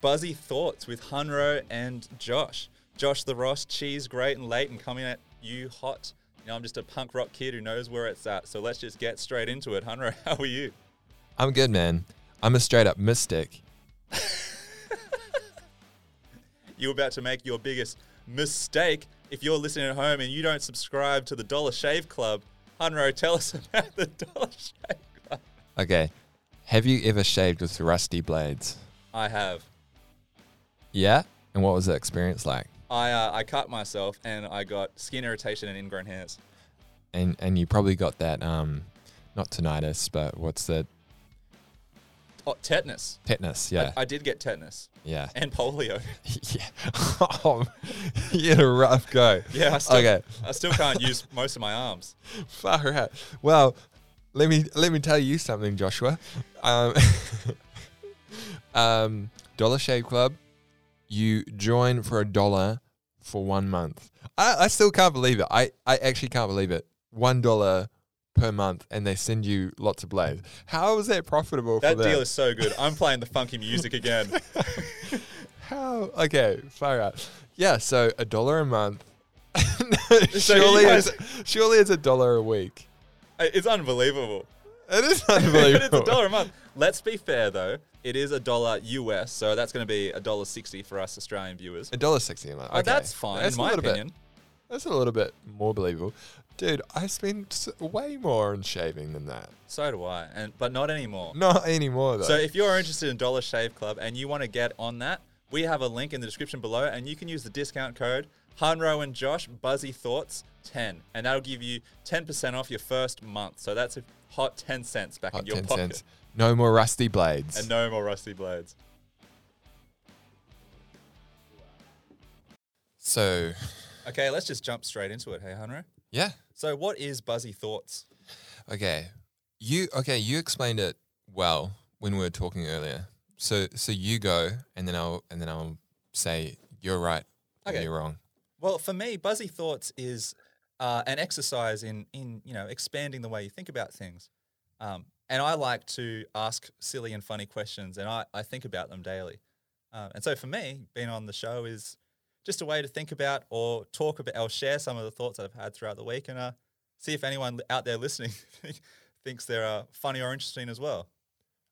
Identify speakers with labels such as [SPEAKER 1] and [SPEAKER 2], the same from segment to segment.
[SPEAKER 1] Buzzy Thoughts with Hunro and Josh. Josh the Ross, cheese great and late and coming at you hot. You know, I'm just a punk rock kid who knows where it's at. So let's just get straight into it. Hunro, how are you?
[SPEAKER 2] I'm good, man. I'm a straight up mystic.
[SPEAKER 1] You're about to make your biggest mistake if you're listening at home and you don't subscribe to the Dollar Shave Club. Hunro, tell us about the Dollar Shave Club.
[SPEAKER 2] Okay. Have you ever shaved with rusty blades?
[SPEAKER 1] I have.
[SPEAKER 2] Yeah. And what was the experience like?
[SPEAKER 1] I, uh, I cut myself and I got skin irritation and ingrown hairs.
[SPEAKER 2] And and you probably got that um, not tinnitus, but what's the
[SPEAKER 1] Oh, tetanus.
[SPEAKER 2] tetanus? Yeah,
[SPEAKER 1] I, I did get tetanus
[SPEAKER 2] yeah,
[SPEAKER 1] and polio.
[SPEAKER 2] yeah. Oh, you had a rough go.
[SPEAKER 1] Yeah, I still,
[SPEAKER 2] Okay.
[SPEAKER 1] I still can't use most of my arms.
[SPEAKER 2] Far out. Well, let me let me tell you something, Joshua. Um, um, Dollar Shave Club, you join for a dollar for one month. I, I still can't believe it. I, I actually can't believe it. One dollar per month, and they send you lots of blades. How is that profitable
[SPEAKER 1] That
[SPEAKER 2] for them?
[SPEAKER 1] deal is so good. I'm playing the funky music again.
[SPEAKER 2] How? Okay, far out. Yeah, so a dollar a month.
[SPEAKER 1] So you
[SPEAKER 2] surely,
[SPEAKER 1] guys-
[SPEAKER 2] it's, surely it's a dollar a week.
[SPEAKER 1] It's unbelievable.
[SPEAKER 2] It is
[SPEAKER 1] But
[SPEAKER 2] unbelievable.
[SPEAKER 1] it's a dollar a month. Let's be fair though. It is a dollar US, so that's going to be a dollar sixty for us Australian viewers.
[SPEAKER 2] A dollar sixty a month.
[SPEAKER 1] But
[SPEAKER 2] Okay.
[SPEAKER 1] Oh, that's fine, in
[SPEAKER 2] a
[SPEAKER 1] my
[SPEAKER 2] little
[SPEAKER 1] opinion.
[SPEAKER 2] Bit, that's a little bit more believable, dude. I spend s- way more on shaving than that.
[SPEAKER 1] So do I, and but not anymore.
[SPEAKER 2] Not anymore though.
[SPEAKER 1] So if you're interested in Dollar Shave Club and you want to get on that, we have a link in the description below, and you can use the discount code Hanro and Josh Buzzy Thoughts ten, and that'll give you ten percent off your first month. So that's a hot ten cents back
[SPEAKER 2] Hot
[SPEAKER 1] in your
[SPEAKER 2] ten
[SPEAKER 1] pocket,
[SPEAKER 2] cents. No more rusty blades.
[SPEAKER 1] and no more rusty blades.
[SPEAKER 2] so,
[SPEAKER 1] Okay, let's just jump straight into it. Hey, Hanro.
[SPEAKER 2] yeah.
[SPEAKER 1] So what is Buzzy Thoughts?
[SPEAKER 2] Okay. You okay? You explained it well when we were talking earlier. So, so you go, and then I'll and then I'll say you're right. or
[SPEAKER 1] Okay.
[SPEAKER 2] You're wrong.
[SPEAKER 1] Well, for me, buzzy thoughts is uh, an exercise in in you know expanding the way you think about things. Um, and I like to ask silly and funny questions, and I, I think about them daily. Um, and so for me, being on the show is just a way to think about or talk about or share some of the thoughts that I've had throughout the week, and uh, see if anyone li- out there listening thinks they're uh, funny or interesting as well.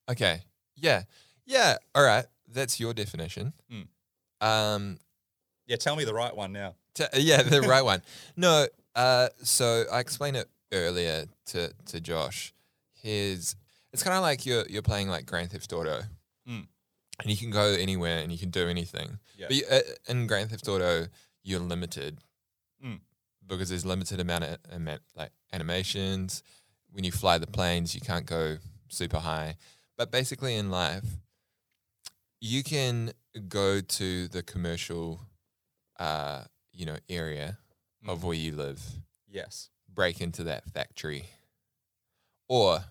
[SPEAKER 2] Okay. Yeah. Yeah. All right. That's your definition.
[SPEAKER 1] Mm.
[SPEAKER 2] Um,
[SPEAKER 1] Yeah, tell me the right one now.
[SPEAKER 2] T- yeah, the right one. No, uh, so I explained it earlier to to Josh. His it's kind of like you're you're playing like Grand Theft Auto,
[SPEAKER 1] Mm.
[SPEAKER 2] and you can go anywhere and you can do anything.
[SPEAKER 1] Yeah.
[SPEAKER 2] But you, uh, in Grand Theft Auto, you're limited
[SPEAKER 1] Mm.
[SPEAKER 2] because there's limited amount of ama- like animations. When you fly the planes, you can't go super high. But basically, in life, you can go to the commercial uh, you know, area of where you live,
[SPEAKER 1] Yes.
[SPEAKER 2] break into that factory, or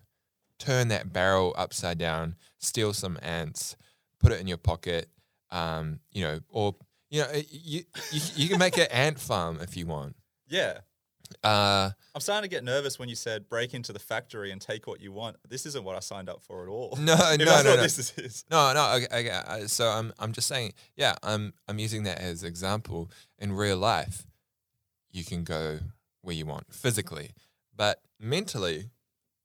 [SPEAKER 2] turn that barrel upside down, steal some ants, put it in your pocket, um, you know, or you know, it- you you, you can make an ant farm if you want.
[SPEAKER 1] Yeah.
[SPEAKER 2] Uh,
[SPEAKER 1] I'm starting to get nervous when you said break into the factory and take what you want. This isn't what I signed up for at all.
[SPEAKER 2] no,
[SPEAKER 1] If
[SPEAKER 2] no,
[SPEAKER 1] that's
[SPEAKER 2] no,
[SPEAKER 1] what
[SPEAKER 2] no.
[SPEAKER 1] this is. is.
[SPEAKER 2] No, no. Okay, okay. uh, So I'm, I'm just saying. Yeah, I'm, I'm using that as example. In real life, you can go where you want physically, but mentally,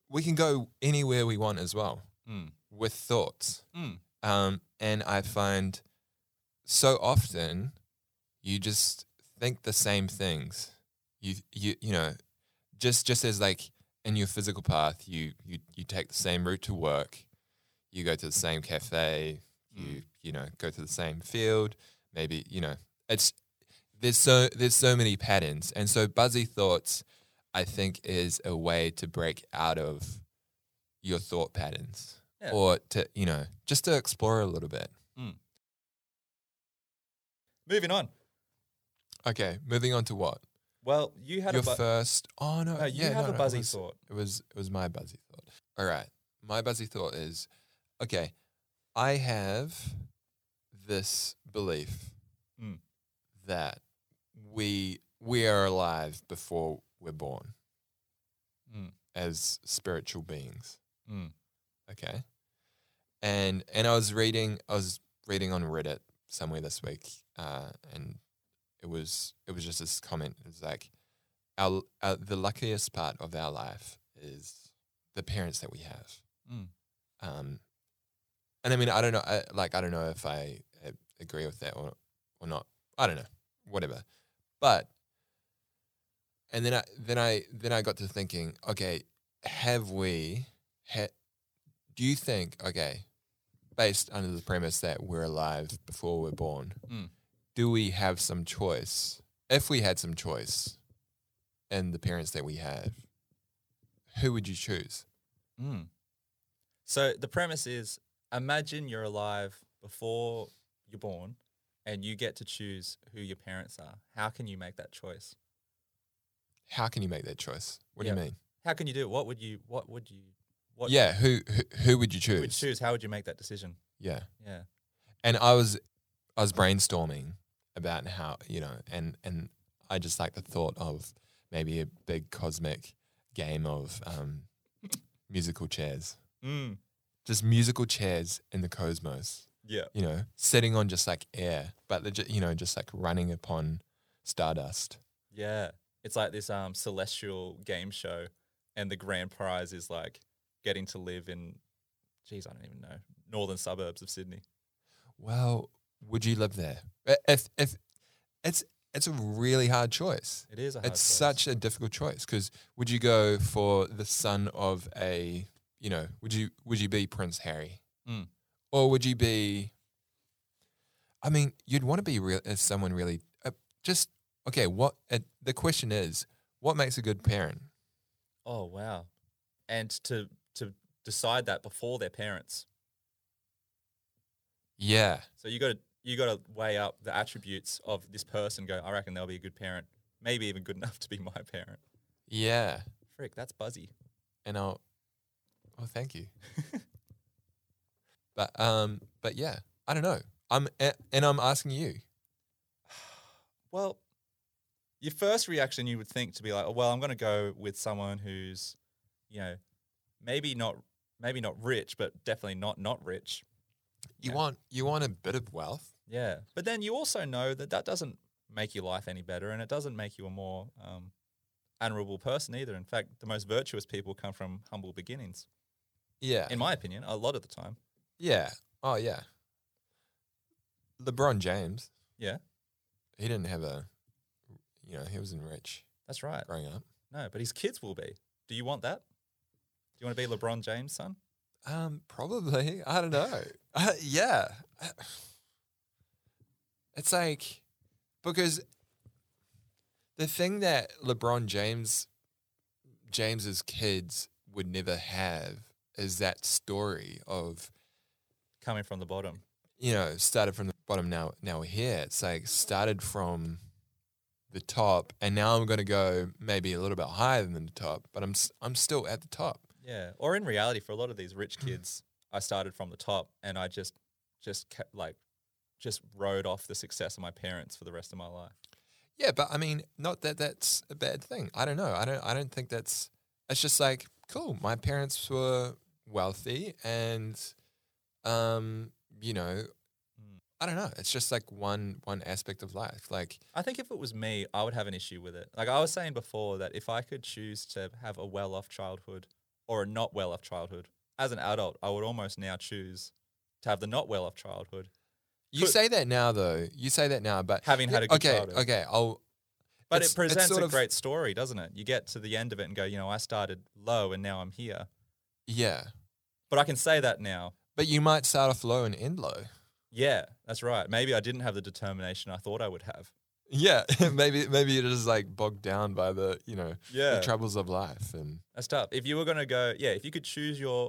[SPEAKER 2] we can go anywhere we want as well
[SPEAKER 1] Mm.
[SPEAKER 2] with thoughts.
[SPEAKER 1] Mm.
[SPEAKER 2] Um, and I find so often you just think the same things. You, you, you know, just, just as like in your physical path, you, you, you take the same route to work you go to the same cafe, you you know go to the same field, maybe you know it's there's so there's so many patterns, and so buzzy thoughts, I think, is a way to break out of your thought patterns,
[SPEAKER 1] Yeah.
[SPEAKER 2] or to you know just to explore a little bit.
[SPEAKER 1] Moving on.
[SPEAKER 2] Okay, moving on to what
[SPEAKER 1] Well, you had
[SPEAKER 2] your
[SPEAKER 1] a bu-
[SPEAKER 2] first. Oh no,
[SPEAKER 1] no, you
[SPEAKER 2] yeah,
[SPEAKER 1] have
[SPEAKER 2] no,
[SPEAKER 1] a
[SPEAKER 2] no, it
[SPEAKER 1] buzzy
[SPEAKER 2] was-
[SPEAKER 1] thought.
[SPEAKER 2] It was it was my buzzy thought. All right. My buzzy thought is okay, I have this belief
[SPEAKER 1] Mm.
[SPEAKER 2] that we we are alive before we're born
[SPEAKER 1] Mm.
[SPEAKER 2] as spiritual beings.
[SPEAKER 1] Mm.
[SPEAKER 2] Okay. And and I was reading I was reading on Reddit somewhere this week, uh, and it was it was just this comment. It was like, our, our the luckiest part of our life is the parents that we have.
[SPEAKER 1] Mm.
[SPEAKER 2] Um, and I mean, I don't know, I, like I don't know if I uh, agree with that or or not. I don't know, whatever. But and then I then I then I got to thinking, okay, have we? Ha, do you think okay? based under the premise that we're alive before we're born,
[SPEAKER 1] Mm.
[SPEAKER 2] do we have some choice? If we had some choice in the parents that we have, who would you choose?
[SPEAKER 1] Mm. So the premise is imagine you're alive before you're born and you get to choose who your parents are. How can you make that choice?
[SPEAKER 2] How can you make that choice? What do
[SPEAKER 1] Yeah.
[SPEAKER 2] you mean?
[SPEAKER 1] How can you do it? What would you what would you what
[SPEAKER 2] yeah, who, who who would you
[SPEAKER 1] you
[SPEAKER 2] choose?
[SPEAKER 1] would choose? How would you make that decision?
[SPEAKER 2] Yeah,
[SPEAKER 1] Yeah.
[SPEAKER 2] and I was I was brainstorming about how you know, and and I just like the thought of maybe a big cosmic game of um, musical chairs,
[SPEAKER 1] Mm.
[SPEAKER 2] just musical chairs in the cosmos.
[SPEAKER 1] Yeah.
[SPEAKER 2] you know, sitting on just like air, but they're ju- you know, just like running upon stardust.
[SPEAKER 1] Yeah. It's like this um celestial game show and the grand prize is like getting to live in geez, I don't even know. Northern suburbs of Sydney.
[SPEAKER 2] Well, would you live there? I- If if it's it's a really hard choice.
[SPEAKER 1] It is a hard
[SPEAKER 2] It's
[SPEAKER 1] choice.
[SPEAKER 2] such a difficult choice because would you go for the son of a you know would you would you be Prince Harry
[SPEAKER 1] Mm.
[SPEAKER 2] or would you be? I mean, you'd want to be real as someone really uh, just okay. What uh, the question is? What makes a good parent?
[SPEAKER 1] Oh wow! And to to decide that before their parents,
[SPEAKER 2] Yeah,
[SPEAKER 1] so you got to you got to weigh up the attributes of this person. Go, I reckon they'll be a good parent, maybe even good enough to be my parent.
[SPEAKER 2] yeah.
[SPEAKER 1] Frick, that's buzzy.
[SPEAKER 2] and I'll well thank you. but um but yeah, I don't know. I'm a- and I'm asking you.
[SPEAKER 1] Well, your first reaction you would think to be like, oh, well, I'm going to go with someone who's, you know, maybe not maybe not rich, but definitely not not rich.
[SPEAKER 2] You
[SPEAKER 1] Yeah.
[SPEAKER 2] want you want a bit of wealth?
[SPEAKER 1] Yeah. But then you also know that that doesn't make your life any better and it doesn't make you a more um, admirable person either. In fact, the most virtuous people come from humble beginnings,
[SPEAKER 2] Yeah.
[SPEAKER 1] in my opinion, a lot of the time.
[SPEAKER 2] yeah. Oh yeah. LeBron James.
[SPEAKER 1] Yeah.
[SPEAKER 2] He didn't have a you know, he wasn't rich
[SPEAKER 1] That's right.
[SPEAKER 2] growing up.
[SPEAKER 1] No, but his kids will be. Do you want that? Do you want to be LeBron James' son?
[SPEAKER 2] Um probably. I don't know. uh, yeah. It's like because the thing that LeBron James James's kids would never have is that story of
[SPEAKER 1] Coming from the bottom.
[SPEAKER 2] you know started from the bottom now now we're here it's like started from the top and now I'm going to go maybe a little bit higher than the top but I'm s- I'm still at the top
[SPEAKER 1] Yeah. Or in reality, for a lot of these rich
[SPEAKER 2] Mm.
[SPEAKER 1] kids, I started from the top and I just, just kept like, just rode off the success of my parents for the rest of my life.
[SPEAKER 2] yeah but I mean not that that's a bad thing I don't know I don't I don't think that's it's just like cool my parents were wealthy and um you know
[SPEAKER 1] Mm.
[SPEAKER 2] I don't know. It's just like one one aspect of life. Like,
[SPEAKER 1] I think if it was me, I would have an issue with it. Like I was saying before, that if I could choose to have a well off childhood or a not well off childhood, as an adult, I would almost now choose to have the not well off childhood,
[SPEAKER 2] you
[SPEAKER 1] Could-
[SPEAKER 2] say that now, though. You say that now, but
[SPEAKER 1] having had a good
[SPEAKER 2] okay,
[SPEAKER 1] childhood.
[SPEAKER 2] okay. I'll.
[SPEAKER 1] But
[SPEAKER 2] it's-
[SPEAKER 1] it
[SPEAKER 2] it's
[SPEAKER 1] presents
[SPEAKER 2] sort
[SPEAKER 1] a
[SPEAKER 2] of-
[SPEAKER 1] great story, doesn't it? You get to the end of it and go, you know, I started low and now I'm here.
[SPEAKER 2] Yeah,
[SPEAKER 1] But I can say that now.
[SPEAKER 2] but you might start off low and end low.
[SPEAKER 1] Yeah, that's right. Maybe I didn't have the determination I thought I would have.
[SPEAKER 2] Yeah, maybe maybe you're just like bogged down by the you know
[SPEAKER 1] Yeah.
[SPEAKER 2] the troubles of life, and
[SPEAKER 1] That's tough. If you were going to go, yeah, if you could choose your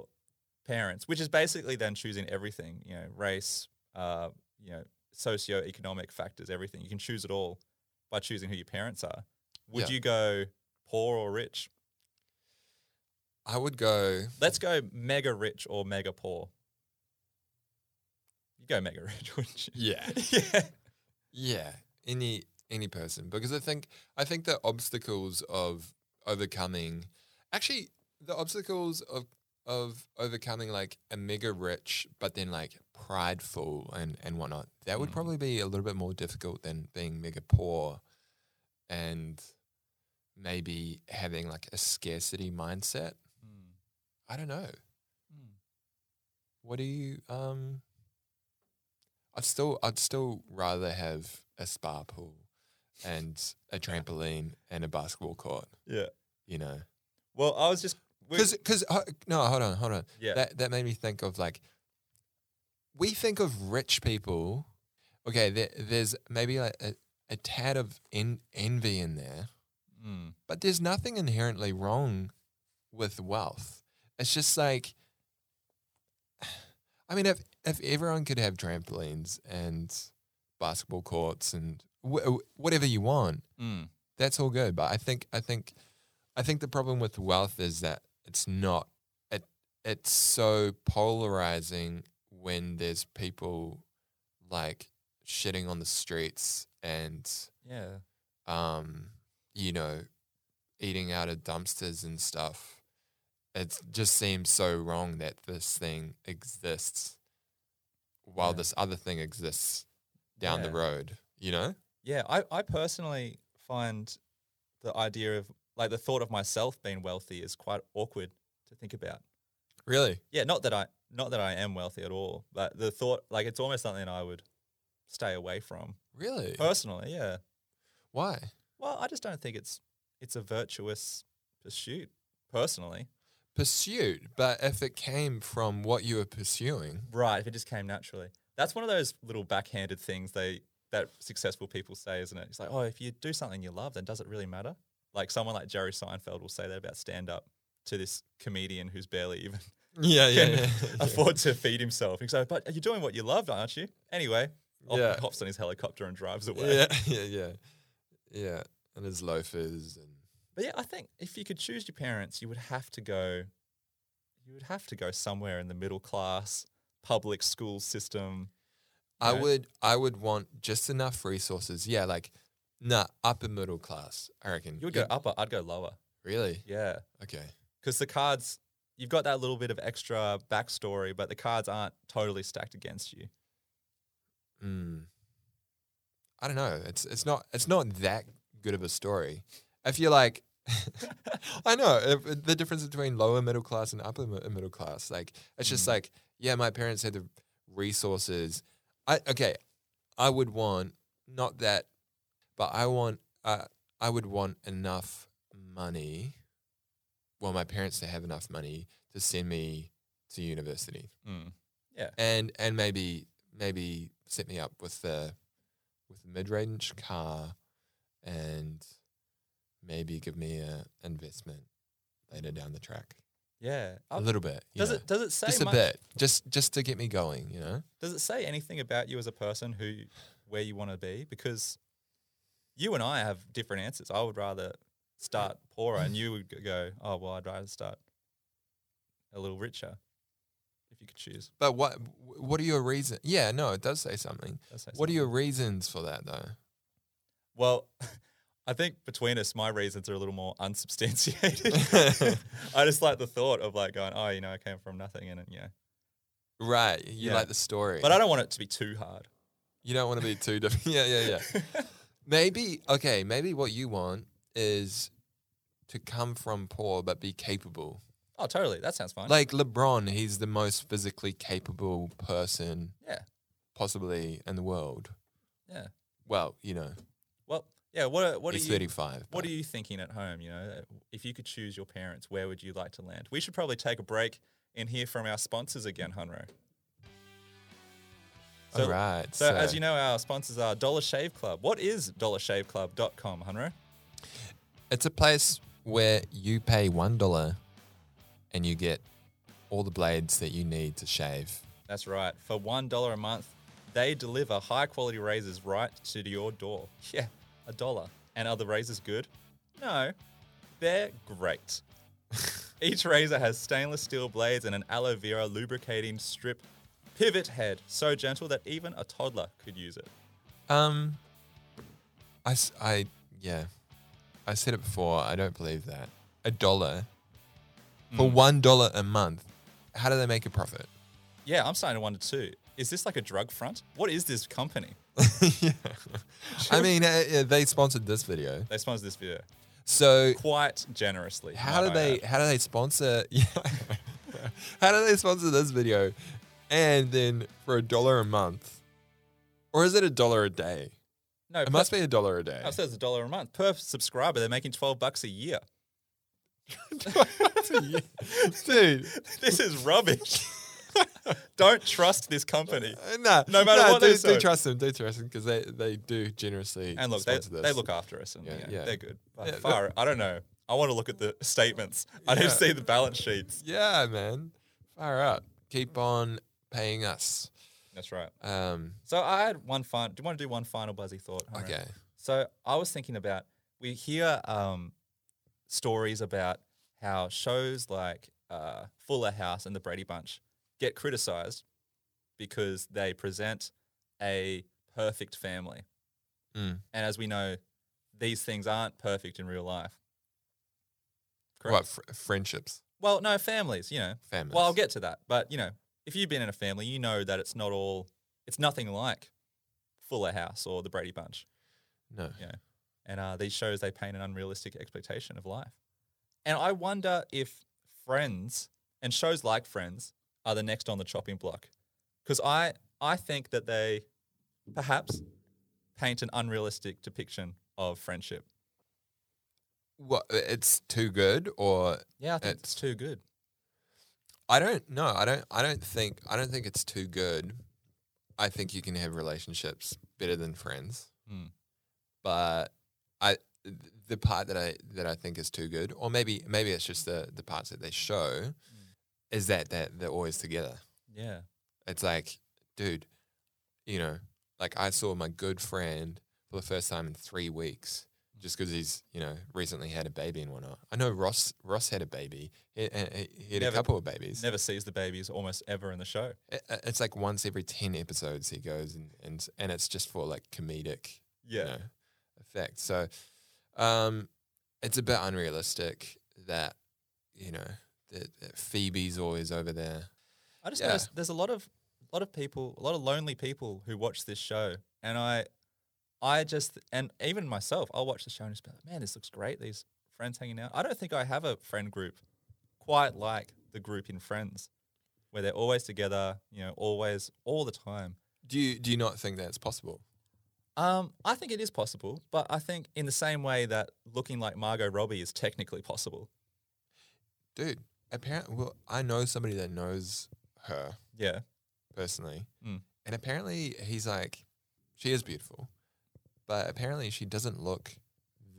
[SPEAKER 1] parents, which is basically then choosing everything, you know, race, uh, you know, socioeconomic factors, everything. You can choose it all by choosing who your parents are. Would
[SPEAKER 2] Yeah.
[SPEAKER 1] you go poor or rich?
[SPEAKER 2] I would go.
[SPEAKER 1] Let's go mega rich or mega poor. You go mega rich, wouldn't you?
[SPEAKER 2] Yeah,
[SPEAKER 1] yeah.
[SPEAKER 2] yeah. Any any person because I think I think the obstacles of overcoming, actually, the obstacles of of overcoming like a mega rich, but then like prideful and, and whatnot, that would
[SPEAKER 1] Mm.
[SPEAKER 2] probably be a little bit more difficult than being mega poor and maybe having like a scarcity mindset.
[SPEAKER 1] Mm.
[SPEAKER 2] I don't know.
[SPEAKER 1] Mm.
[SPEAKER 2] What do you um I'd still I'd still rather have a spa pool and a trampoline and a basketball court,
[SPEAKER 1] Yeah.
[SPEAKER 2] you know.
[SPEAKER 1] Well, I was just we-
[SPEAKER 2] Cuz cuz uh, no, hold on, hold on.
[SPEAKER 1] yeah.
[SPEAKER 2] That that made me think of like we think of rich people. Okay, there, there's maybe like a, a tad of en- envy in there,
[SPEAKER 1] Mm.
[SPEAKER 2] but there's nothing inherently wrong with wealth. It's just like, I mean, if if everyone could have trampolines and basketball courts and w- whatever you want,
[SPEAKER 1] Mm.
[SPEAKER 2] that's all good. But I think I think I think the problem with wealth is that it's not it it's so polarizing when there's people like shitting on the streets and
[SPEAKER 1] Yeah.
[SPEAKER 2] um you know eating out of dumpsters and stuff. It just seems so wrong that this thing exists while
[SPEAKER 1] Yeah.
[SPEAKER 2] this other thing exists down the
[SPEAKER 1] Yeah.
[SPEAKER 2] road, you know?
[SPEAKER 1] Yeah, I, I personally find the idea of like the thought of myself being wealthy is quite awkward to think about.
[SPEAKER 2] Really?
[SPEAKER 1] Yeah, not that I not that I am wealthy at all, but the thought like it's almost something I would stay away from
[SPEAKER 2] Really?
[SPEAKER 1] personally. Yeah.
[SPEAKER 2] Why?
[SPEAKER 1] Well, I just don't think it's it's a virtuous pursuit personally.
[SPEAKER 2] pursuit, but if it came from what you were pursuing,
[SPEAKER 1] Right, if it just came naturally. That's one of those little backhanded things they that successful people say, isn't it? It's like, oh, if you do something you love, then does it really matter? Like someone like Jerry Seinfeld will say that about stand up to this comedian who's barely even
[SPEAKER 2] yeah,
[SPEAKER 1] can afford to feed himself. He's like, but you're doing what you loved, aren't you? Anyway, off
[SPEAKER 2] Yeah.
[SPEAKER 1] he hops on his helicopter and drives away.
[SPEAKER 2] yeah, yeah, yeah, yeah, and his loafers and
[SPEAKER 1] But yeah, I think if you could choose your parents, you would have to go you would have to go somewhere in the middle class public school system.
[SPEAKER 2] I
[SPEAKER 1] Right.
[SPEAKER 2] would, I would want just enough resources. Yeah, like, nah, upper middle class, I reckon.
[SPEAKER 1] You would go upper, I'd go lower.
[SPEAKER 2] really?
[SPEAKER 1] Yeah.
[SPEAKER 2] Okay,
[SPEAKER 1] because the cards you've got that little bit of extra backstory, but the cards aren't totally stacked against you.
[SPEAKER 2] mm. I don't know. It's it's not it's not that good of a story. If you're like, I know if, the difference between lower middle class and upper mi- middle class. Like it's just
[SPEAKER 1] Mm.
[SPEAKER 2] like yeah, my parents had the resources. I okay, I would want not that, but I want uh, I would want enough money. Well, my parents to have enough money to send me to university
[SPEAKER 1] Mm.
[SPEAKER 2] and and maybe maybe set me up with the with a mid range car, and maybe give me a investment later down the track.
[SPEAKER 1] Yeah.
[SPEAKER 2] a little bit. you
[SPEAKER 1] Oh, does
[SPEAKER 2] know.
[SPEAKER 1] it does it say
[SPEAKER 2] Just a
[SPEAKER 1] much-
[SPEAKER 2] bit. Just just to get me going. You know.
[SPEAKER 1] Does it say anything about you as a person who where you want to be? Because you and I have different answers. I would rather start poorer, and you would g- go, "Oh well, I'd rather start a little richer." If you could choose,
[SPEAKER 2] But what what are your reasons? Yeah, no, it does say something.
[SPEAKER 1] That says
[SPEAKER 2] What are
[SPEAKER 1] something.
[SPEAKER 2] your reasons for that though?
[SPEAKER 1] Well, I think between us, my reasons are a little more unsubstantiated. I just like the thought of like going, oh, you know, I came from nothing, and you know,
[SPEAKER 2] Right, you
[SPEAKER 1] Yeah.
[SPEAKER 2] like the story,
[SPEAKER 1] but I don't want it to be too hard.
[SPEAKER 2] you don't want to be too different. Yeah, yeah, yeah. Maybe okay. Maybe what you want is to come from poor but be capable.
[SPEAKER 1] oh, totally. That sounds fine.
[SPEAKER 2] Like LeBron, he's the most physically capable person
[SPEAKER 1] yeah,
[SPEAKER 2] possibly in the world.
[SPEAKER 1] yeah.
[SPEAKER 2] Well, you know,
[SPEAKER 1] Well, yeah. What are, what are
[SPEAKER 2] he's
[SPEAKER 1] you?
[SPEAKER 2] 35.
[SPEAKER 1] What
[SPEAKER 2] but-
[SPEAKER 1] are you thinking at home? You know, if you could choose your parents, where would you like to land? We should probably take a break and hear from our sponsors again, Hunro. So-
[SPEAKER 2] All right.
[SPEAKER 1] So, as you know, our sponsors are Dollar Shave Club. What is dollarshaveclub.com, Hunro?
[SPEAKER 2] it's a place where you pay $1 and you get all the blades that you need to shave.
[SPEAKER 1] That's right. For one dollar a month, they deliver high quality razors right to your door. Yeah, a dollar. And are the razors good? No, they're great. Each razor has stainless steel blades and an aloe vera lubricating strip pivot head, so gentle that even a toddler could use it.
[SPEAKER 2] Um, I, s- I- yeah, I said it before. I don't believe that. A dollar
[SPEAKER 1] Hmm.
[SPEAKER 2] for $1 a month. How do they make a profit?
[SPEAKER 1] Yeah, I'm starting to wonder too. is this like a drug front? What is this company?
[SPEAKER 2] yeah. I mean, uh, yeah, they sponsored this video.
[SPEAKER 1] They sponsored this video
[SPEAKER 2] So
[SPEAKER 1] quite generously.
[SPEAKER 2] how
[SPEAKER 1] might
[SPEAKER 2] do
[SPEAKER 1] I
[SPEAKER 2] they
[SPEAKER 1] add.
[SPEAKER 2] how do they sponsor yeah how do they sponsor this video and then for a dollar a month or is it a dollar a day
[SPEAKER 1] No,
[SPEAKER 2] it must be a dollar a day
[SPEAKER 1] I says a dollar a month per subscriber. They're making twelve bucks a year.
[SPEAKER 2] dude
[SPEAKER 1] This is rubbish. Don't trust this company.
[SPEAKER 2] nah,
[SPEAKER 1] No matter
[SPEAKER 2] nah,
[SPEAKER 1] what
[SPEAKER 2] do,
[SPEAKER 1] they
[SPEAKER 2] do
[SPEAKER 1] say.
[SPEAKER 2] trust them do trust them because they, they do generously
[SPEAKER 1] And look, they,
[SPEAKER 2] sponsor this.
[SPEAKER 1] they look after us, and
[SPEAKER 2] Yeah,
[SPEAKER 1] you know,
[SPEAKER 2] yeah.
[SPEAKER 1] they're good. But
[SPEAKER 2] Yeah,
[SPEAKER 1] far, I don't know. I want to look at the statements. I
[SPEAKER 2] Yeah.
[SPEAKER 1] don't see the balance sheets.
[SPEAKER 2] yeah man fire up keep on paying us
[SPEAKER 1] That's right.
[SPEAKER 2] um
[SPEAKER 1] So I had one final. Do you want to do one final buzzy thought? Hunter?
[SPEAKER 2] okay
[SPEAKER 1] So I was thinking about we hear um, stories about how shows like uh, Fuller House and The Brady Bunch get criticized because they present a perfect family,
[SPEAKER 2] Mm.
[SPEAKER 1] and as we know, these things aren't perfect in real life. Correct.
[SPEAKER 2] what fr- friendships
[SPEAKER 1] Well, no, families. You know,
[SPEAKER 2] families
[SPEAKER 1] well, I'll get to that. But you know, if you've been in a family, you know that it's not all. It's nothing like Fuller House or The Brady Bunch.
[SPEAKER 2] no
[SPEAKER 1] And uh, these shows, they paint an unrealistic expectation of life. And I wonder if Friends and shows like Friends are the next on the chopping block. Because I, I think that they perhaps paint an unrealistic depiction of friendship.
[SPEAKER 2] what it's too good or
[SPEAKER 1] Yeah, I think
[SPEAKER 2] It's-
[SPEAKER 1] it's, too good.
[SPEAKER 2] I don't know. I don't. I don't think. I don't think it's too good. I think you can have relationships better than friends,
[SPEAKER 1] Mm.
[SPEAKER 2] but I th- the part that I that I think is too good, or maybe maybe it's just the the parts that they show,
[SPEAKER 1] Hmm.
[SPEAKER 2] is that that they're always together.
[SPEAKER 1] Yeah.
[SPEAKER 2] It's like, dude, you know, like I saw my good friend for the first time in three weeks,
[SPEAKER 1] Hmm.
[SPEAKER 2] just because he's you know recently had a baby and whatnot. I know Ross Ross had a baby. He, he, he had
[SPEAKER 1] Never-
[SPEAKER 2] a couple of babies.
[SPEAKER 1] Never sees the babies almost ever in the show.
[SPEAKER 2] I- I- it's like once every 10 episodes he goes and and, and it's just for like comedic
[SPEAKER 1] Yeah.
[SPEAKER 2] you know, effect so um it's a bit unrealistic that you know that, that phoebe's always over there
[SPEAKER 1] I just
[SPEAKER 2] Yeah.
[SPEAKER 1] noticed there's a lot of lot of people, a lot of lonely people who watch this show, and I, I just and even myself, I'll watch the show and just be like, man, this looks great. These friends hanging out. I don't think I have a friend group quite like the group in Friends, where they're always together, you know, always all the time.
[SPEAKER 2] do you do you not think that's possible
[SPEAKER 1] Um, I think it is possible, but I think in the same way that looking like Margot Robbie is technically possible.
[SPEAKER 2] dude apparently well i know somebody that knows her
[SPEAKER 1] Yeah.
[SPEAKER 2] personally.
[SPEAKER 1] Mm.
[SPEAKER 2] And apparently he's like, she is beautiful, but apparently she doesn't look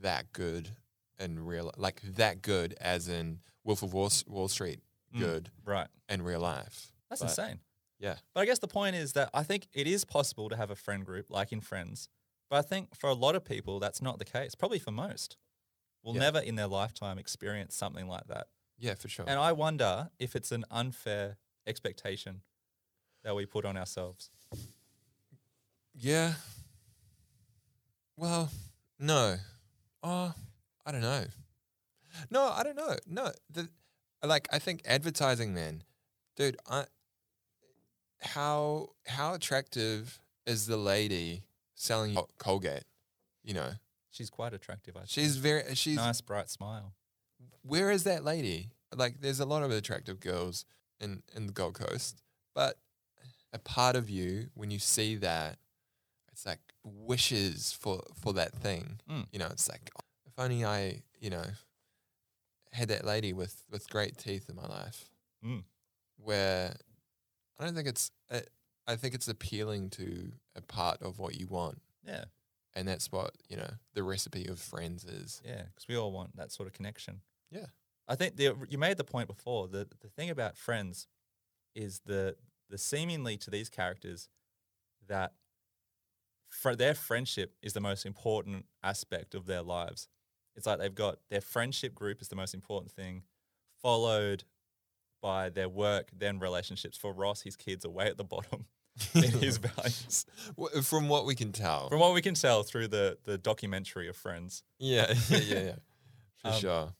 [SPEAKER 2] that good in real like that good as in Wolf of Wall, Wall Street
[SPEAKER 1] Mm.
[SPEAKER 2] good
[SPEAKER 1] Right.
[SPEAKER 2] in real life.
[SPEAKER 1] That's
[SPEAKER 2] But-
[SPEAKER 1] insane.
[SPEAKER 2] Yeah.
[SPEAKER 1] But I guess the point is that I think it is possible to have a friend group like in Friends, but I think for a lot of people that's not the case. Probably for most, will
[SPEAKER 2] Yeah.
[SPEAKER 1] never in their lifetime experience something like that.
[SPEAKER 2] Yeah, for sure.
[SPEAKER 1] And I wonder if it's an unfair expectation that we put on ourselves.
[SPEAKER 2] yeah. Well, no. Oh, I don't know. No, I don't know. No, the, like I think advertising, man, dude. I how how attractive is the lady selling you Colgate? You know,
[SPEAKER 1] She's quite attractive. I think.
[SPEAKER 2] she's very she's.
[SPEAKER 1] nice, bright smile.
[SPEAKER 2] Where is that lady? Like, there's a lot of attractive girls in in the Gold Coast, but a part of you when you see that, it's like wishes for for that thing.
[SPEAKER 1] Mm.
[SPEAKER 2] You know, it's like if only I, you know, had that lady with with great teeth in my life.
[SPEAKER 1] Mm.
[SPEAKER 2] Where I don't think it's. I I think it's appealing to a part of what you want,
[SPEAKER 1] Yeah,
[SPEAKER 2] and that's what you know the recipe of friends is.
[SPEAKER 1] yeah, because we all want that sort of connection.
[SPEAKER 2] Yeah.
[SPEAKER 1] I think the, you made the point before. The the thing about Friends is the the seemingly to these characters that fr- their friendship is the most important aspect of their lives. It's like they've got their friendship group is the most important thing, followed by their work, then relationships. For Ross, his kids are way at the bottom in his values.
[SPEAKER 2] W- From what we can tell,
[SPEAKER 1] From what we can tell through the the documentary of Friends.
[SPEAKER 2] Yeah, yeah, yeah, yeah. For
[SPEAKER 1] Um,
[SPEAKER 2] sure.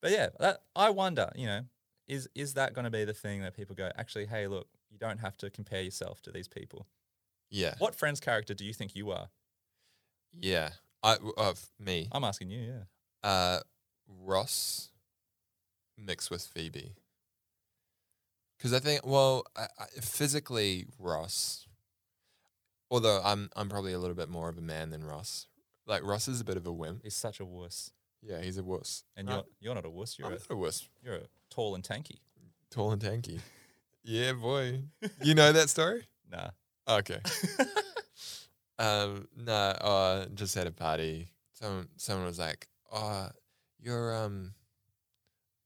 [SPEAKER 1] But yeah, that I wonder, you know, is is that going to be the thing that people go, actually, hey, look, you don't have to compare yourself to these people.
[SPEAKER 2] Yeah.
[SPEAKER 1] What Friends character do you think you are?
[SPEAKER 2] Yeah. I of me.
[SPEAKER 1] I'm asking you. Yeah.
[SPEAKER 2] Uh Ross mixed with Phoebe. Cuz I think well, I, I, physically Ross although I'm I'm probably a little bit more of a man than Ross. Like Ross is a bit of a wimp.
[SPEAKER 1] He's such a wuss,
[SPEAKER 2] Yeah, he's a wuss.
[SPEAKER 1] and
[SPEAKER 2] Uh,
[SPEAKER 1] you're you're not a wuss. You're
[SPEAKER 2] I'm
[SPEAKER 1] a,
[SPEAKER 2] not a wuss.
[SPEAKER 1] you're a tall and tanky.
[SPEAKER 2] Tall and tanky. yeah, boy. You know that story?
[SPEAKER 1] Nah.
[SPEAKER 2] Okay. Um, no, uh, just at a party, someone someone was like, "Oh, you're um,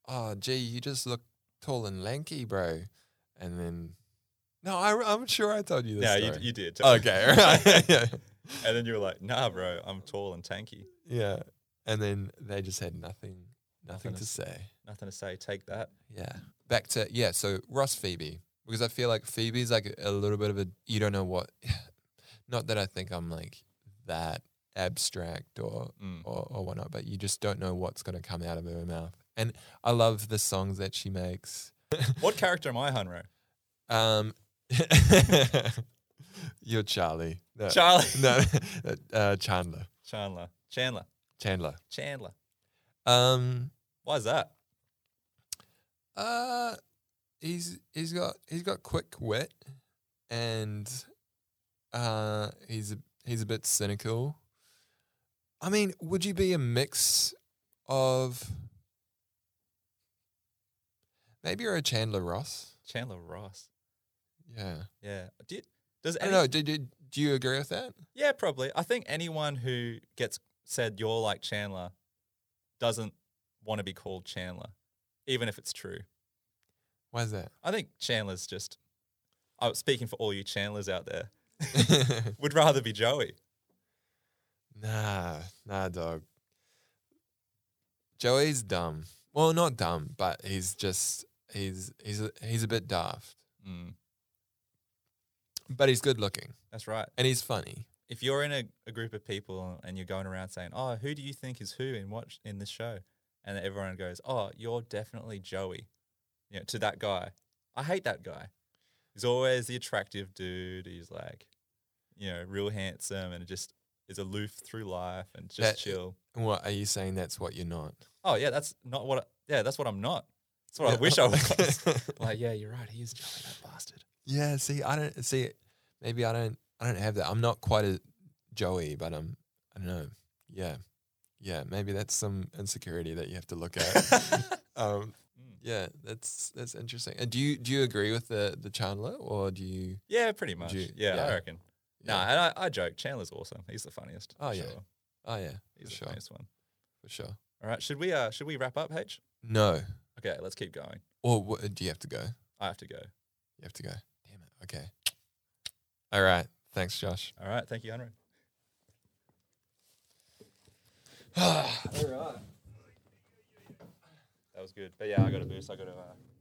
[SPEAKER 2] oh, gee, you just look tall and lanky, bro." And then, no, I, am sure I told you this.
[SPEAKER 1] no, you,
[SPEAKER 2] story.
[SPEAKER 1] you did.
[SPEAKER 2] okay, all right, yeah,
[SPEAKER 1] and then you were like, Nah, bro, I'm tall and tanky.
[SPEAKER 2] yeah. And then they just had nothing,
[SPEAKER 1] Nothing
[SPEAKER 2] nothing to
[SPEAKER 1] to-
[SPEAKER 2] say.
[SPEAKER 1] Nothing to say. Take that.
[SPEAKER 2] Yeah. Back to yeah, so Ross Phoebe. Because I feel like Phoebe's like a little bit of a you don't know what not that I think I'm like that abstract or
[SPEAKER 1] Mm.
[SPEAKER 2] or, or whatnot, but you just don't know what's gonna come out of her mouth. And I love the songs that she makes.
[SPEAKER 1] What character am I, Hunro?
[SPEAKER 2] Um You're Charlie. No,
[SPEAKER 1] Charlie.
[SPEAKER 2] no uh, Chandler.
[SPEAKER 1] Chandler. Chandler.
[SPEAKER 2] Chandler.
[SPEAKER 1] Chandler.
[SPEAKER 2] Um
[SPEAKER 1] Why's that?
[SPEAKER 2] Uh he's he's got he's got quick wit and uh he's a, he's a bit cynical. I mean, would you be a mix of maybe you're a Chandler Ross?
[SPEAKER 1] Chandler Ross.
[SPEAKER 2] Yeah.
[SPEAKER 1] Yeah. Did, does
[SPEAKER 2] I don't
[SPEAKER 1] any-
[SPEAKER 2] know. Do, do, do you agree with that?
[SPEAKER 1] Yeah, probably. I think anyone who gets said you're like Chandler doesn't want to be called Chandler, even if it's true.
[SPEAKER 2] Why is that?
[SPEAKER 1] I think Chandler's just. I was speaking for all you Chandlers out there. Would rather be Joey.
[SPEAKER 2] nah, nah, dog. Joey's dumb. Well, not dumb, but he's just he's he's a, he's a bit daft.
[SPEAKER 1] Mm,
[SPEAKER 2] But he's good looking
[SPEAKER 1] that's right.
[SPEAKER 2] and he's funny.
[SPEAKER 1] If you're in a, a group of people and you're going around saying, "Oh, who do you think is who in what sh- in this show?" and everyone goes, "Oh, you're definitely Joey," you know, to that guy. I hate that guy. He's always the attractive dude. He's like, you know, real handsome and just is aloof through life and just
[SPEAKER 2] That-
[SPEAKER 1] chill.
[SPEAKER 2] What are you saying? That's what you're not.
[SPEAKER 1] Oh yeah, that's not what. I, yeah, that's what I'm not. That's what I wish I was. like, yeah, you're right. He is Joey, that bastard.
[SPEAKER 2] yeah. See, I don't see. Maybe I don't. I don't have that. I'm not quite a Joey, but I'm. I don't know. Yeah, yeah. Maybe that's some insecurity that you have to look at. um,
[SPEAKER 1] Mm.
[SPEAKER 2] yeah, that's that's interesting. And do you do you agree with the the Chandler or do you?
[SPEAKER 1] Yeah, pretty much.
[SPEAKER 2] you-
[SPEAKER 1] yeah,
[SPEAKER 2] yeah.
[SPEAKER 1] I reckon. No,
[SPEAKER 2] yeah.
[SPEAKER 1] and I, I joke. Chandler's awesome. He's the funniest.
[SPEAKER 2] Oh,
[SPEAKER 1] for
[SPEAKER 2] yeah.
[SPEAKER 1] sure.
[SPEAKER 2] Oh yeah,
[SPEAKER 1] he's
[SPEAKER 2] for
[SPEAKER 1] the
[SPEAKER 2] sure,
[SPEAKER 1] funniest one.
[SPEAKER 2] for sure.
[SPEAKER 1] All right, should we uh should we wrap up, H?
[SPEAKER 2] No.
[SPEAKER 1] Okay, let's keep going.
[SPEAKER 2] Or what, do you have to go?
[SPEAKER 1] I have to go.
[SPEAKER 2] You have to go. Damn it. Okay. All right. Thanks, Josh.
[SPEAKER 1] All right, thank you, Henry.
[SPEAKER 2] All right.
[SPEAKER 1] That was good. But yeah, I got a boost. I got to uh,